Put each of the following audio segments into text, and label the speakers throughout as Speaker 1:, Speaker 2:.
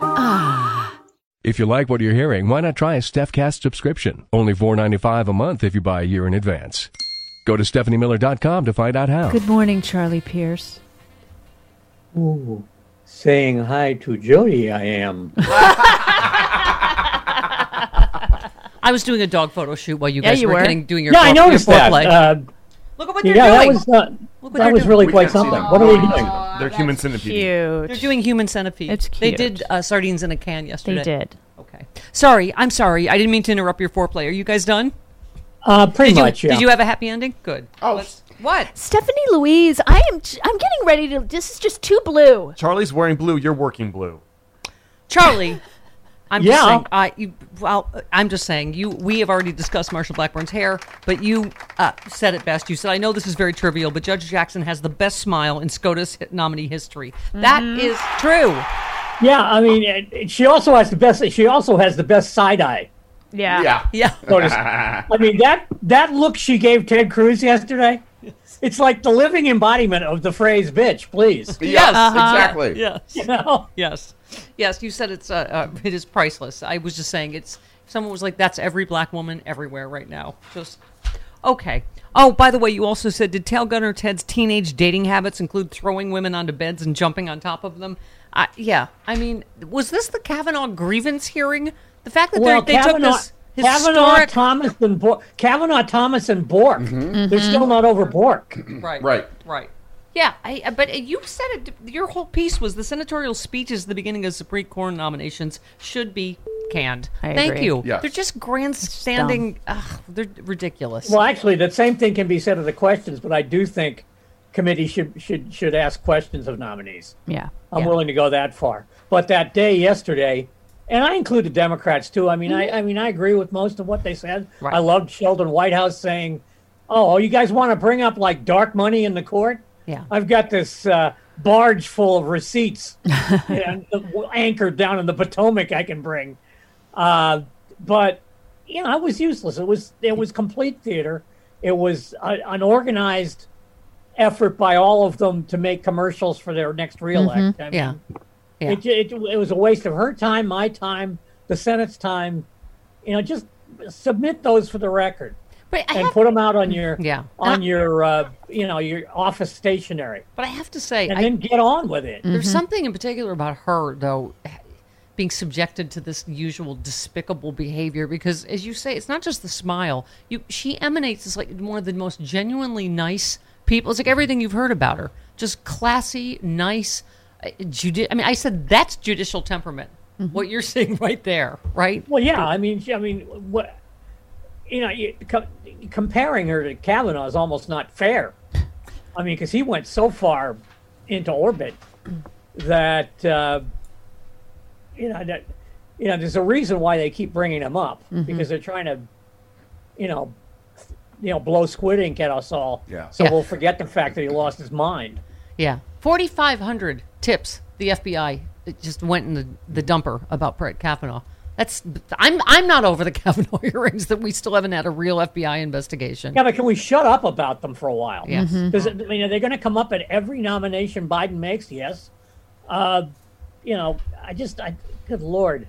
Speaker 1: Ah.
Speaker 2: If you like what you're hearing, why not try a StephCast subscription? Only $4.95 a month if you buy a year in advance. Go to StephanieMiller.com to find out how.
Speaker 3: Good morning, Charlie Pierce.
Speaker 4: Ooh, saying hi to Jody, I am.
Speaker 5: I was doing a dog photo shoot while you
Speaker 3: Yeah,
Speaker 5: guys
Speaker 3: you
Speaker 5: were,
Speaker 3: were.
Speaker 5: getting doing your
Speaker 4: yeah, I
Speaker 5: cor- your
Speaker 4: noticed that.
Speaker 5: foreplay.
Speaker 4: Uh,
Speaker 5: Look at what they're
Speaker 4: yeah, that
Speaker 5: doing.
Speaker 4: was uh,
Speaker 5: Look what
Speaker 4: that
Speaker 5: they're
Speaker 4: was
Speaker 5: doing. Uh,
Speaker 4: really
Speaker 6: We
Speaker 4: quite
Speaker 6: can't see
Speaker 4: something.
Speaker 6: them.
Speaker 4: What are they doing?
Speaker 6: Aw, They're that's human centipede.
Speaker 5: They're
Speaker 3: Cute.
Speaker 5: doing human centipede.
Speaker 3: It's
Speaker 5: They
Speaker 3: cute.
Speaker 5: did uh, sardines in a can yesterday.
Speaker 3: They did.
Speaker 5: Okay. Sorry. I'm sorry. I didn't mean to interrupt your foreplay. Are you guys done?
Speaker 4: Uh, pretty
Speaker 5: Did you,
Speaker 4: much. yeah.
Speaker 5: did you have a happy ending? Good.
Speaker 6: Oh.
Speaker 5: Let's- what?
Speaker 3: Stephanie Louise, I am. j- I'm getting ready to. This is just too blue.
Speaker 6: Charlie's wearing blue. You're working blue.
Speaker 5: Charlie. I'm just
Speaker 4: Yeah.
Speaker 5: saying. I you, well, I'm just saying. You. We have already discussed Marshall Blackburn's hair, but you uh, said it best. You said, "I know this is very trivial, but Judge Jackson has the best smile in SCOTUS nominee history." That
Speaker 4: Mm-hmm.
Speaker 5: is true.
Speaker 4: yeah, I mean, it, it- she also has the best. She also has the best side eye.
Speaker 3: Yeah.
Speaker 5: Yeah.
Speaker 4: So to- I mean that that look she gave Ted Cruz yesterday. It's like the living embodiment of the phrase "bitch." Please,
Speaker 6: Yes, exactly.
Speaker 5: uh-huh. Yes.
Speaker 4: you know?
Speaker 5: Yes, yes. You said it's uh, uh, it is priceless. I was just saying it's. Someone was like, "That's every black woman everywhere right now." Just okay. Oh, by the way, you also said, "Did Tail Gunner Ted's teenage dating habits include throwing women onto beds and jumping on top of them?" I yeah. I mean, was this the Kavanaugh grievance hearing? The fact that
Speaker 4: Well,
Speaker 5: they're- they took
Speaker 4: Kavanaugh,
Speaker 5: this
Speaker 4: Kavanaugh,
Speaker 5: historic
Speaker 4: Thomas, and Bork. Kavanaugh, Thomas, and Bork.
Speaker 6: Mm-hmm.
Speaker 4: They're
Speaker 5: Mm-hmm.
Speaker 4: still not over Bork.
Speaker 5: right,
Speaker 6: Right.
Speaker 5: right. Yeah, I, I- but you said it. Your whole piece was the senatorial speeches at the beginning of Supreme Court nominations should be canned.
Speaker 3: I
Speaker 5: Thank
Speaker 3: agree.
Speaker 5: you.
Speaker 6: Yes.
Speaker 5: They're just grandstanding. Ugh, they're ridiculous.
Speaker 4: Well, actually, that same thing can be said of the questions, but I do think committee should should should ask questions of nominees.
Speaker 3: Yeah.
Speaker 4: I'm
Speaker 5: Yeah.
Speaker 4: willing to go that far. But that day yesterday, and I included Democrats too. I mean, I, I mean, I agree with most of what they said.
Speaker 5: Mm-hmm. Right.
Speaker 4: I loved Sheldon Whitehouse saying, "Oh, you guys want to bring up like dark money in the court?
Speaker 5: Yeah.
Speaker 4: I've got this uh, barge full of receipts and the- anchored down in the Potomac. I can bring." Uh, but you know, I was useless. It was it was complete theater. It was uh, an organized effort by all of them to make commercials for their next reelect. I mean,
Speaker 5: Mm-hmm. yeah. Yeah.
Speaker 4: It, it, it was a waste of her time, my time, the Senate's time. You know, just submit those for the record
Speaker 5: But I
Speaker 4: and
Speaker 5: have,
Speaker 4: put them out on your
Speaker 5: Yeah.
Speaker 4: on
Speaker 5: Uh,
Speaker 4: your uh, you know your office stationery,
Speaker 5: but I have to say,
Speaker 4: and
Speaker 5: I,
Speaker 4: then get on with it.
Speaker 5: there's something in particular about her though. Being subjected to this usual despicable behavior, because as you say, it's not just the smile. You, she emanates as like one of the most genuinely nice people. It's like everything you've heard about her, just classy, nice, uh, judi- I mean, I said that's judicial temperament. What you're seeing right there, right?
Speaker 4: Well, yeah, I mean, she- I mean, what you know, you, co- comparing her to Kavanaugh is almost not fair. I mean, because he went so far into orbit that uh, you know that you know there's a reason why they keep bringing him up because they're trying to you know you know blow squid ink at us all.
Speaker 6: Yeah.
Speaker 4: So
Speaker 5: Yeah.
Speaker 4: we'll forget the fact that he lost his mind.
Speaker 5: Yeah, 4,500 tips the FBI uh, just went in the, the dumper about Brett Kavanaugh. That's I'm I'm not over the Kavanaugh hearings that we still haven't had a real FBI investigation.
Speaker 4: Yeah, but can we shut up about them for a while?
Speaker 5: Yes.
Speaker 7: Mm-hmm.
Speaker 5: Mhm.
Speaker 4: Does it, I mean, are they going to come up at every nomination Biden makes? Yes. Uh, you know, I just, I, good lord.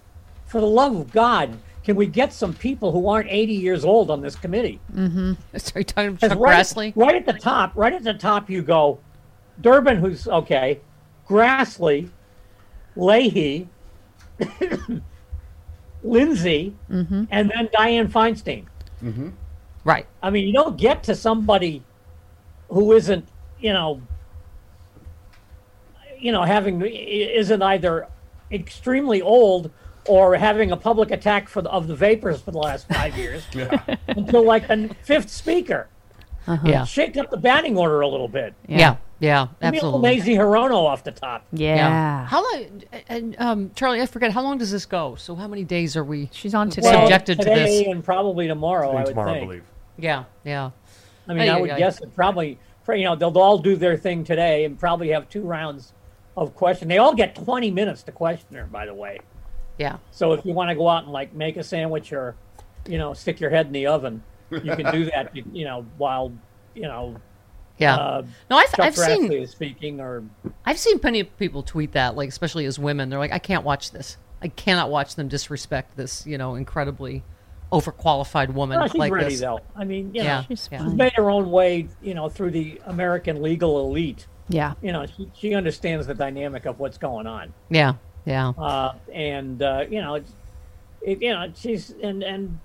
Speaker 4: for the love of God, can we get some people who aren't 80 years old on this committee?
Speaker 5: Are you talking to
Speaker 4: 'Cause
Speaker 5: Chuck Grassley?
Speaker 4: right, right at the top, right at the top, you go Durbin, who's okay, Grassley, Leahy, Lindsay,
Speaker 5: Mm-hmm.
Speaker 4: and then Diane Feinstein.
Speaker 5: Right.
Speaker 4: I mean, you don't get to somebody who isn't, you know, you know, having isn't either extremely old or having a public attack for the, of the vapors for the last five years until like the fifth speaker.
Speaker 7: Uh-huh.
Speaker 5: Yeah.
Speaker 4: Shaked up the batting order a little bit.
Speaker 5: Yeah. Yeah.
Speaker 4: Give me a little
Speaker 5: absolutely.
Speaker 4: Maisie Hirono off the top.
Speaker 7: Yeah.
Speaker 5: How long, and, um, Charlie, I forget, how long does this go? So, how many days are we?
Speaker 7: She's on today.
Speaker 4: Well,
Speaker 5: Subjected to
Speaker 4: today
Speaker 5: this.
Speaker 4: and probably tomorrow. I would
Speaker 6: tomorrow, I
Speaker 4: think.
Speaker 6: believe.
Speaker 5: Yeah. Yeah.
Speaker 4: I mean,
Speaker 5: Ay,
Speaker 4: I
Speaker 5: ay,
Speaker 4: would
Speaker 5: ay.
Speaker 4: guess that probably, for- you know, they'll all do their thing today and probably have two rounds of question. They all get 20 minutes to question her, by the way.
Speaker 5: Yeah.
Speaker 4: So if you want to go out and like make a sandwich or, you know, stick your head in the oven, you can do that. You, you know, while you know
Speaker 5: Yeah.
Speaker 4: uh,
Speaker 5: no, I've,
Speaker 4: Chuck
Speaker 5: I've
Speaker 4: Grassley
Speaker 5: seen
Speaker 4: is speaking, or
Speaker 5: I've seen plenty of people tweet that, like especially as women, they're like, I can't watch this. I cannot watch them disrespect this, you know, incredibly overqualified woman
Speaker 4: No, she's
Speaker 5: like
Speaker 4: ready
Speaker 5: this.
Speaker 4: though. I mean, you
Speaker 5: Yeah.
Speaker 4: know,
Speaker 7: She's
Speaker 5: Yeah.
Speaker 7: fine.
Speaker 4: made her own way, you know, through the American legal elite.
Speaker 7: Yeah.
Speaker 4: You know, she, she understands the dynamic of what's going on.
Speaker 5: Yeah, yeah,
Speaker 4: uh, and uh, you know, it's- it, you know, she's and and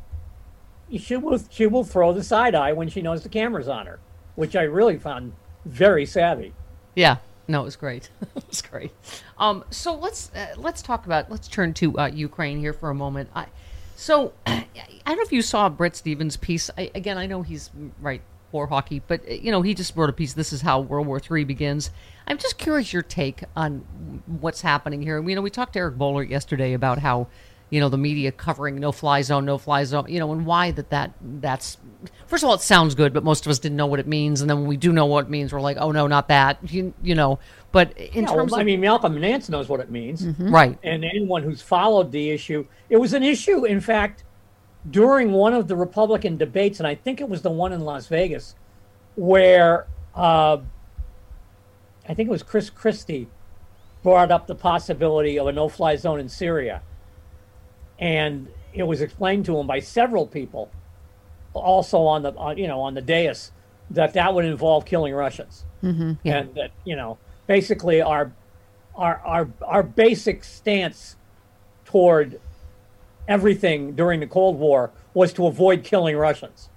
Speaker 4: she will she will throw the side eye when she knows the camera's on her, which I really found very savvy.
Speaker 5: yeah. No, it was great. it was great. Um, so let's uh, let's talk about let's turn to uh, Ukraine here for a moment. I, so I don't know if you saw Brett Stevens' piece. I, again, I know he's right war hockey, but uh, you know he just wrote a piece. This is how World War III begins. I'm just curious your take on what's happening here. You know, we talked to Eric Bowler yesterday about how you know the media covering no fly zone no fly zone you know and why that that that's first of all it sounds good but most of us didn't know what it means and then when we do know what it means we're like oh no not that you, you know but in
Speaker 4: Yeah,
Speaker 5: terms
Speaker 4: well, I
Speaker 5: of Mm-hmm.
Speaker 4: mean, Malcolm Nance knows what it means,
Speaker 5: right
Speaker 4: and anyone who's followed the issue, it was an issue. In fact, during one of the Republican debates, and I think it was the one in Las Vegas, where uh, I think it was Chris Christie brought up the possibility of a no-fly zone in Syria, and it was explained to him by several people, also on the on, you know on the dais, that that would involve killing Russians, and that you know basically our our our our basic stance toward everything during the Cold War was to avoid killing Russians.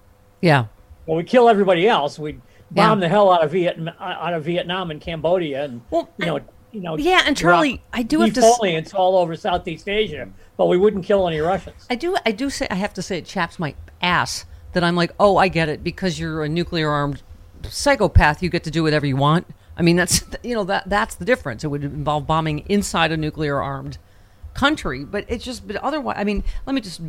Speaker 5: yeah
Speaker 4: Well, we kill everybody else. We bomb
Speaker 5: Yeah.
Speaker 4: the hell out of Vietnam, out of Vietnam and Cambodia, and
Speaker 5: Well,
Speaker 4: you know,
Speaker 5: I-
Speaker 4: you know,
Speaker 5: Yeah, and
Speaker 4: drop
Speaker 5: Charlie, I do have to s-
Speaker 4: defoliants all over Southeast Asia, but we wouldn't kill any Russians.
Speaker 5: I do. I do say. I have to say, it chaps my ass that I'm like, oh, I get it because you're a nuclear armed psychopath. You get to do whatever you want. I mean, that's you know that that's the difference. It would involve bombing inside a nuclear armed country, but it's just. But otherwise, I mean, let me just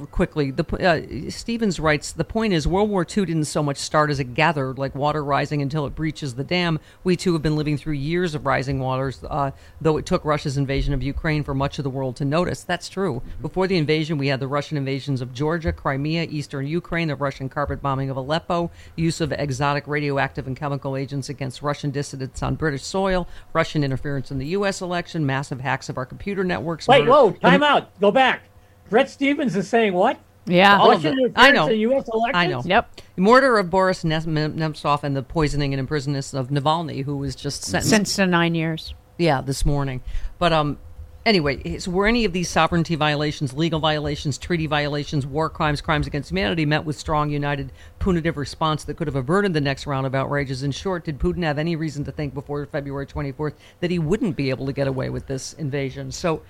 Speaker 5: r- quickly. The po- uh, Stevens writes. The point is, World War II didn't so much start as a gather like water rising until it breaches the dam. We too have been living through years of rising waters, uh, though it took Russia's invasion of Ukraine for much of the world to notice. That's true. Before the invasion, we had the Russian invasions of Georgia, Crimea, eastern Ukraine, the Russian carpet bombing of Aleppo, use of exotic radioactive and chemical agents against Russian dissidents on British soil, Russian interference in the U.S. election, massive hacks of our computer networks.
Speaker 4: Wait,
Speaker 5: murder-
Speaker 4: whoa, time out. Go back. Brett Stevens is saying what?
Speaker 7: Yeah.
Speaker 5: All of
Speaker 4: Russian
Speaker 5: it. I
Speaker 4: interference
Speaker 5: know.
Speaker 4: in U.S. elections?
Speaker 5: I know.
Speaker 7: Yep.
Speaker 5: Murder of Boris Nes- Nem- Nemtsov and the poisoning and imprisonment of Navalny, who was just sentenced.
Speaker 7: Since the nine years.
Speaker 5: yeah, this morning. But um, anyway, so were any of these sovereignty violations, legal violations, treaty violations, war crimes, crimes against humanity met with strong, united, punitive response that could have averted the next round of outrages? In short, did Putin have any reason to think before February 24th that he wouldn't be able to get away with this invasion? So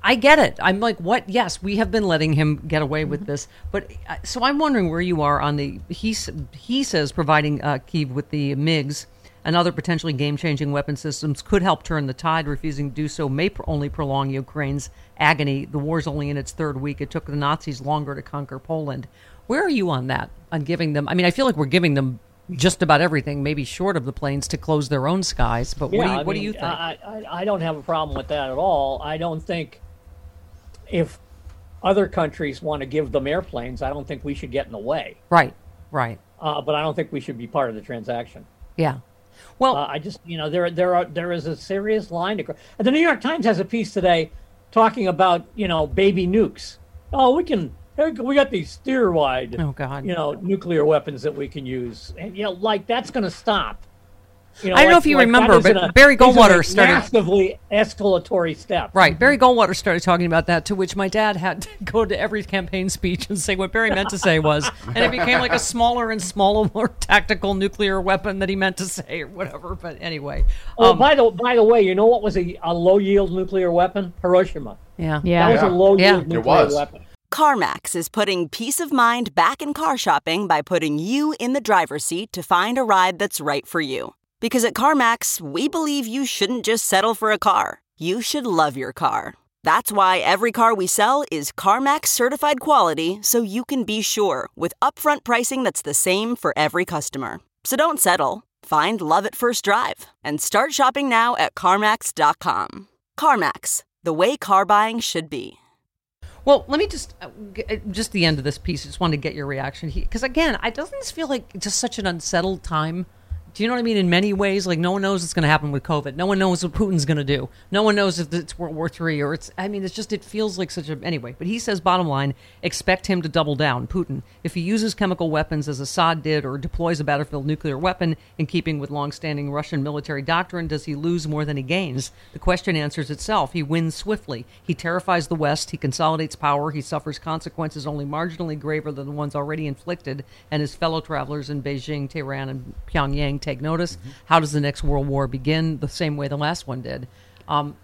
Speaker 5: I get it. I'm like, what? Yes, we have been letting him get away with
Speaker 4: Mm-hmm.
Speaker 5: this, but uh, so I'm wondering where you are on the he s- he says providing uh, Kiev with the MIGs and other potentially game changing weapon systems could help turn the tide. Refusing to do so may pr- only prolong Ukraine's agony. The war's only in its third week. It took the Nazis longer to conquer Poland. Where are you on that? On giving them? I mean, I feel like we're giving them just about everything, maybe short of the planes to close their own skies. But what, do you,
Speaker 4: I
Speaker 5: what
Speaker 4: mean,
Speaker 5: do
Speaker 4: uh,
Speaker 5: you think?
Speaker 4: I, I, I don't have a problem with that at all. I don't think if other countries want to give them airplanes, I don't think we should get in the way.
Speaker 5: right, right.
Speaker 4: Uh, but I don't think we should be part of the transaction.
Speaker 5: Yeah. Well,
Speaker 4: Uh, I just, you know, there there are there is a serious line to. cro- And the New York Times has a piece today talking about you know baby nukes. Oh, we can. here We got these steer wide,
Speaker 5: Oh, God.
Speaker 4: you know, nuclear weapons that we can use, and you know, like that's going to stop. You know,
Speaker 5: I don't know if you
Speaker 4: that
Speaker 5: remember,
Speaker 4: isn't
Speaker 5: but Barry
Speaker 4: isn't
Speaker 5: Goldwater started-
Speaker 4: massively escalatory step.
Speaker 5: Right. Barry Goldwater started talking about that, to which my dad had to go to every campaign speech and say what Barry meant to say was. And it became like a smaller and smaller, more tactical nuclear weapon that he meant to say or whatever. But anyway.
Speaker 4: Oh,
Speaker 5: um,
Speaker 4: by the by the way, you know what was a, a low yield nuclear weapon? Hiroshima.
Speaker 5: yeah.
Speaker 3: Yeah.
Speaker 4: That was a
Speaker 6: Yeah.
Speaker 4: low yield
Speaker 5: Yeah. It
Speaker 4: nuclear
Speaker 6: was.
Speaker 4: weapon.
Speaker 7: CarMax is putting peace of mind back in car shopping by putting you in the driver's seat to find a ride that's right for you. Because at CarMax, we believe you shouldn't just settle for a car, you should love your car. That's why every car we sell is CarMax certified quality so you can be sure with upfront pricing that's the same for every customer. So don't settle. Find love at first drive and start shopping now at CarMax.com. CarMax, the way car buying should be.
Speaker 5: Well, let me just uh, g- uh, just the end of this piece. Just wanted to get your reaction because again, I doesn't this feel like just such an unsettled time? Do you know what I mean? In many ways, like no one knows what's going to happen with COVID. No one knows what Putin's going to do. No one knows if it's World War Three or it's. I mean, it's just it feels like such a anyway. But he says, bottom line, expect him to double down, Putin, if he uses chemical weapons as Assad did or deploys a battlefield nuclear weapon in keeping with longstanding Russian military doctrine. Does he lose more than he gains? The question answers itself. He wins swiftly. He terrifies the West. He consolidates power. He suffers consequences only marginally graver than the ones already inflicted. And his fellow travelers in Beijing, Tehran, and Pyongyang take notice. How does the next world war begin? The same way the last one did. Um,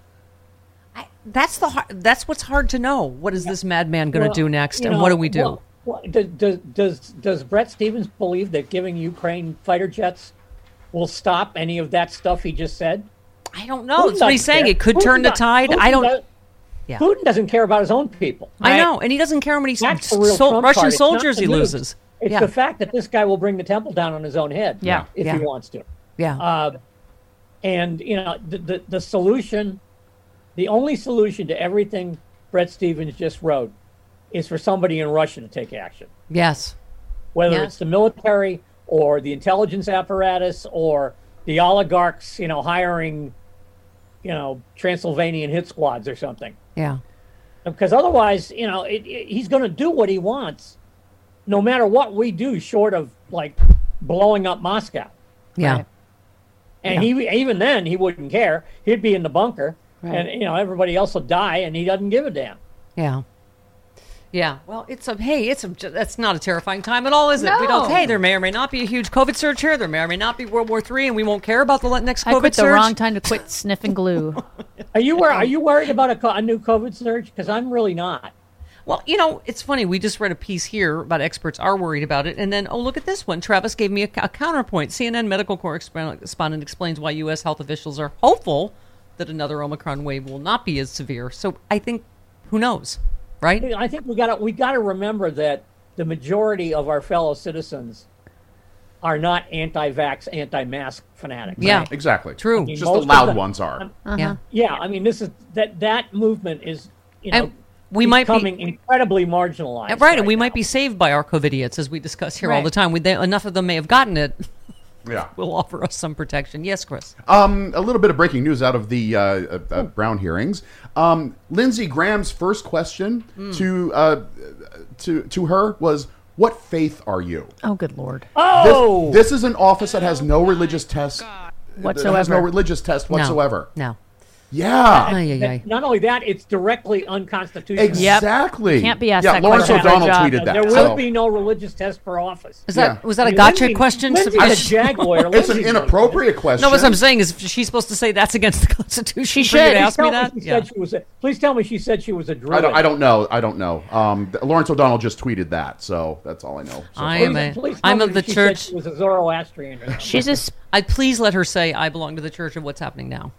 Speaker 5: I, that's the har that's what's hard to know. What is this madman going to
Speaker 4: Well,
Speaker 5: do next,
Speaker 4: you
Speaker 5: and
Speaker 4: know,
Speaker 5: what do we do?
Speaker 4: well, well, does- does, does, does Brett Stevens believe that giving Ukraine fighter jets will stop any of that stuff he just said?
Speaker 5: I don't know.
Speaker 4: Putin
Speaker 5: Oh, That's what he's
Speaker 4: doesn't
Speaker 5: saying.
Speaker 4: care.
Speaker 5: It could
Speaker 4: Putin
Speaker 5: turn the
Speaker 4: does-
Speaker 5: tide.
Speaker 4: Putin
Speaker 5: I don't.
Speaker 4: does-
Speaker 5: Yeah.
Speaker 4: Putin doesn't care about his own people.
Speaker 5: I
Speaker 4: right?
Speaker 5: know, and he doesn't care how many
Speaker 4: That's the
Speaker 5: s-
Speaker 4: real
Speaker 5: sol-
Speaker 4: Trump
Speaker 5: Russian
Speaker 4: part. It's not
Speaker 5: soldiers
Speaker 4: the
Speaker 5: he
Speaker 4: news.
Speaker 5: loses.
Speaker 4: It's
Speaker 5: yeah,
Speaker 4: the fact that this guy will bring the temple down on his own head.
Speaker 3: Yeah.
Speaker 4: If
Speaker 5: Yeah.
Speaker 4: he wants to.
Speaker 5: yeah,
Speaker 4: Uh, and you know the, the the solution, the only solution to everything Brett Stevens just wrote, is for somebody in Russia to take action.
Speaker 5: yes,
Speaker 4: whether
Speaker 5: Yeah.
Speaker 4: it's the military or the intelligence apparatus or the oligarchs, you know, hiring, you know, Transylvanian hit squads or something.
Speaker 5: yeah,
Speaker 4: Because otherwise, you know, it, it, he's going to do what he wants, no matter what we do, short of like blowing up Moscow.
Speaker 5: yeah.
Speaker 4: And he even then he wouldn't care. He'd be in the bunker, and you know everybody else will die, and he doesn't give a damn.
Speaker 5: Yeah. Yeah. Well, it's a hey, it's a that's not a terrifying time at all, is it? We don't.
Speaker 3: No.
Speaker 5: Hey, there may or may not be a huge COVID surge here. There may or may not be World War Three, and we won't care about the le- next
Speaker 3: I
Speaker 5: COVID
Speaker 3: quit the
Speaker 5: surge.
Speaker 3: wrong time to quit sniffing glue.
Speaker 4: Are you wor- are you worried about a, co- a new COVID surge? Because I'm really not.
Speaker 5: Well, you know, it's funny. We just read a piece here about experts are worried about it. And then, oh, look at this one. Travis gave me a, a counterpoint. CNN medical correspondent explains why U.S. health officials are hopeful that another Omicron wave will not be as severe. So I think, who knows, right?
Speaker 4: I think we got to we got to remember that the majority of our fellow citizens are not anti-vax, anti-mask fanatics.
Speaker 5: Yeah.
Speaker 6: Exactly.
Speaker 5: True.
Speaker 6: Just the
Speaker 4: Most of
Speaker 6: loud
Speaker 4: them.
Speaker 6: ones are.
Speaker 5: Yeah.
Speaker 4: Yeah, I mean, this is that that movement is you know
Speaker 5: And we might be-
Speaker 4: becoming incredibly marginalized.
Speaker 5: Right, and we might be saved by our COVID idiots, as we discuss here all
Speaker 3: Right.
Speaker 5: the time. We, they, enough of them may have gotten it.
Speaker 6: Yeah.
Speaker 5: will offer us some protection. Yes, Chris.
Speaker 6: Um, a little bit of breaking news out of the uh, uh, uh, Brown hearings. Um, Lindsey Graham's first question to uh, to to her was, "What faith are you?"
Speaker 3: oh, good lord.
Speaker 4: Oh,
Speaker 6: This Oh is an office that has no religious test that has no
Speaker 3: Whatsoever.
Speaker 6: religious test
Speaker 5: No.
Speaker 6: whatsoever.
Speaker 5: No.
Speaker 6: Yeah.
Speaker 5: Ay, ay, ay.
Speaker 4: Not only that, it's directly unconstitutional.
Speaker 6: Exactly.
Speaker 3: Can't be asked
Speaker 6: Yeah,
Speaker 3: that
Speaker 6: Lawrence
Speaker 3: question.
Speaker 6: O'Donnell
Speaker 3: Good job.
Speaker 6: tweeted that.
Speaker 4: There will
Speaker 6: so.
Speaker 4: be no religious test for office.
Speaker 5: Is that
Speaker 6: Yeah.
Speaker 5: was that a
Speaker 4: Yeah,
Speaker 5: gotcha
Speaker 4: Lindsay-
Speaker 5: question?
Speaker 4: Lindsay's a
Speaker 5: Sufficient-
Speaker 4: jag lawyer.
Speaker 6: It's an
Speaker 4: Lindsay's not-
Speaker 6: inappropriate question.
Speaker 5: no, what I'm saying is, she's supposed to say that's against the Constitution.
Speaker 3: She
Speaker 5: for you to
Speaker 3: should.
Speaker 5: ask me
Speaker 4: Tell me
Speaker 5: that.
Speaker 4: she
Speaker 5: Yeah.
Speaker 4: said she was a- Please tell me she said she was a druid.
Speaker 6: I don't, I don't know. I don't know. Um, th- Lawrence O'Donnell just tweeted that, so that's all I know. So
Speaker 5: I
Speaker 6: far.
Speaker 5: am a-
Speaker 4: Please tell
Speaker 5: I'm
Speaker 4: me
Speaker 5: of the
Speaker 4: she said
Speaker 5: church.
Speaker 4: She was a Zoroastrian. or something.
Speaker 3: She's a s-
Speaker 5: I please let her say I belong to the Church of what's happening now,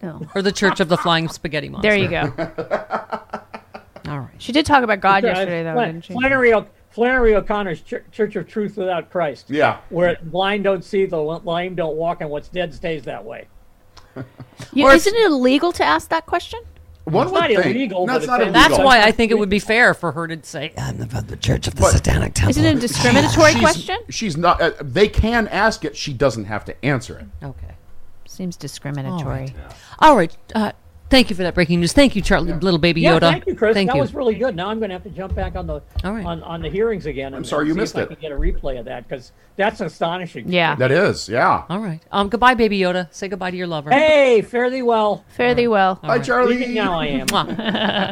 Speaker 3: no.
Speaker 5: or the Church of the Flying Spaghetti Monster.
Speaker 3: There you go.
Speaker 5: All right.
Speaker 3: She did talk about God
Speaker 4: Uh,
Speaker 3: yesterday, though,
Speaker 4: Flan-
Speaker 3: didn't she?
Speaker 4: Flannery, O- Flannery O'Connor's Chur- Church of Truth Without Christ.
Speaker 6: Yeah.
Speaker 4: Where blind don't see, the li- lame don't walk, and what's dead stays that way.
Speaker 3: You- isn't it illegal to ask that question?
Speaker 6: One
Speaker 4: It's
Speaker 6: would
Speaker 4: not
Speaker 6: think-
Speaker 4: illegal,
Speaker 6: No,
Speaker 4: but
Speaker 6: it's
Speaker 4: it's
Speaker 6: not
Speaker 4: saying-
Speaker 6: illegal.
Speaker 5: That's why I think it would be fair for her to say I'm of the Church of the
Speaker 6: But-
Speaker 5: Satanic Temple.
Speaker 3: Isn't it a discriminatory
Speaker 6: She's-
Speaker 3: question?
Speaker 6: She's not. Uh, they can ask it. She doesn't have to answer it.
Speaker 5: okay?
Speaker 3: Seems discriminatory.
Speaker 5: All right. Uh, thank you for that breaking news. Thank you, Charlie, little baby
Speaker 4: Yeah,
Speaker 5: Yoda.
Speaker 4: thank you, Chris.
Speaker 5: Thank
Speaker 4: that
Speaker 5: you.
Speaker 4: was really good. Now I'm going to have to jump back on the
Speaker 5: All right.
Speaker 4: on, on the hearings again. I'm
Speaker 6: sorry you
Speaker 4: see
Speaker 6: missed
Speaker 4: if
Speaker 6: it.
Speaker 4: I can get a replay of that because that's astonishing.
Speaker 3: Yeah.
Speaker 6: That is, yeah.
Speaker 5: All right. Um, goodbye, baby Yoda. Say goodbye to your lover.
Speaker 4: Hey, fare thee well.
Speaker 3: Fare thee well.
Speaker 6: Hi, Charlie.
Speaker 4: Even now I am.
Speaker 5: Mwah.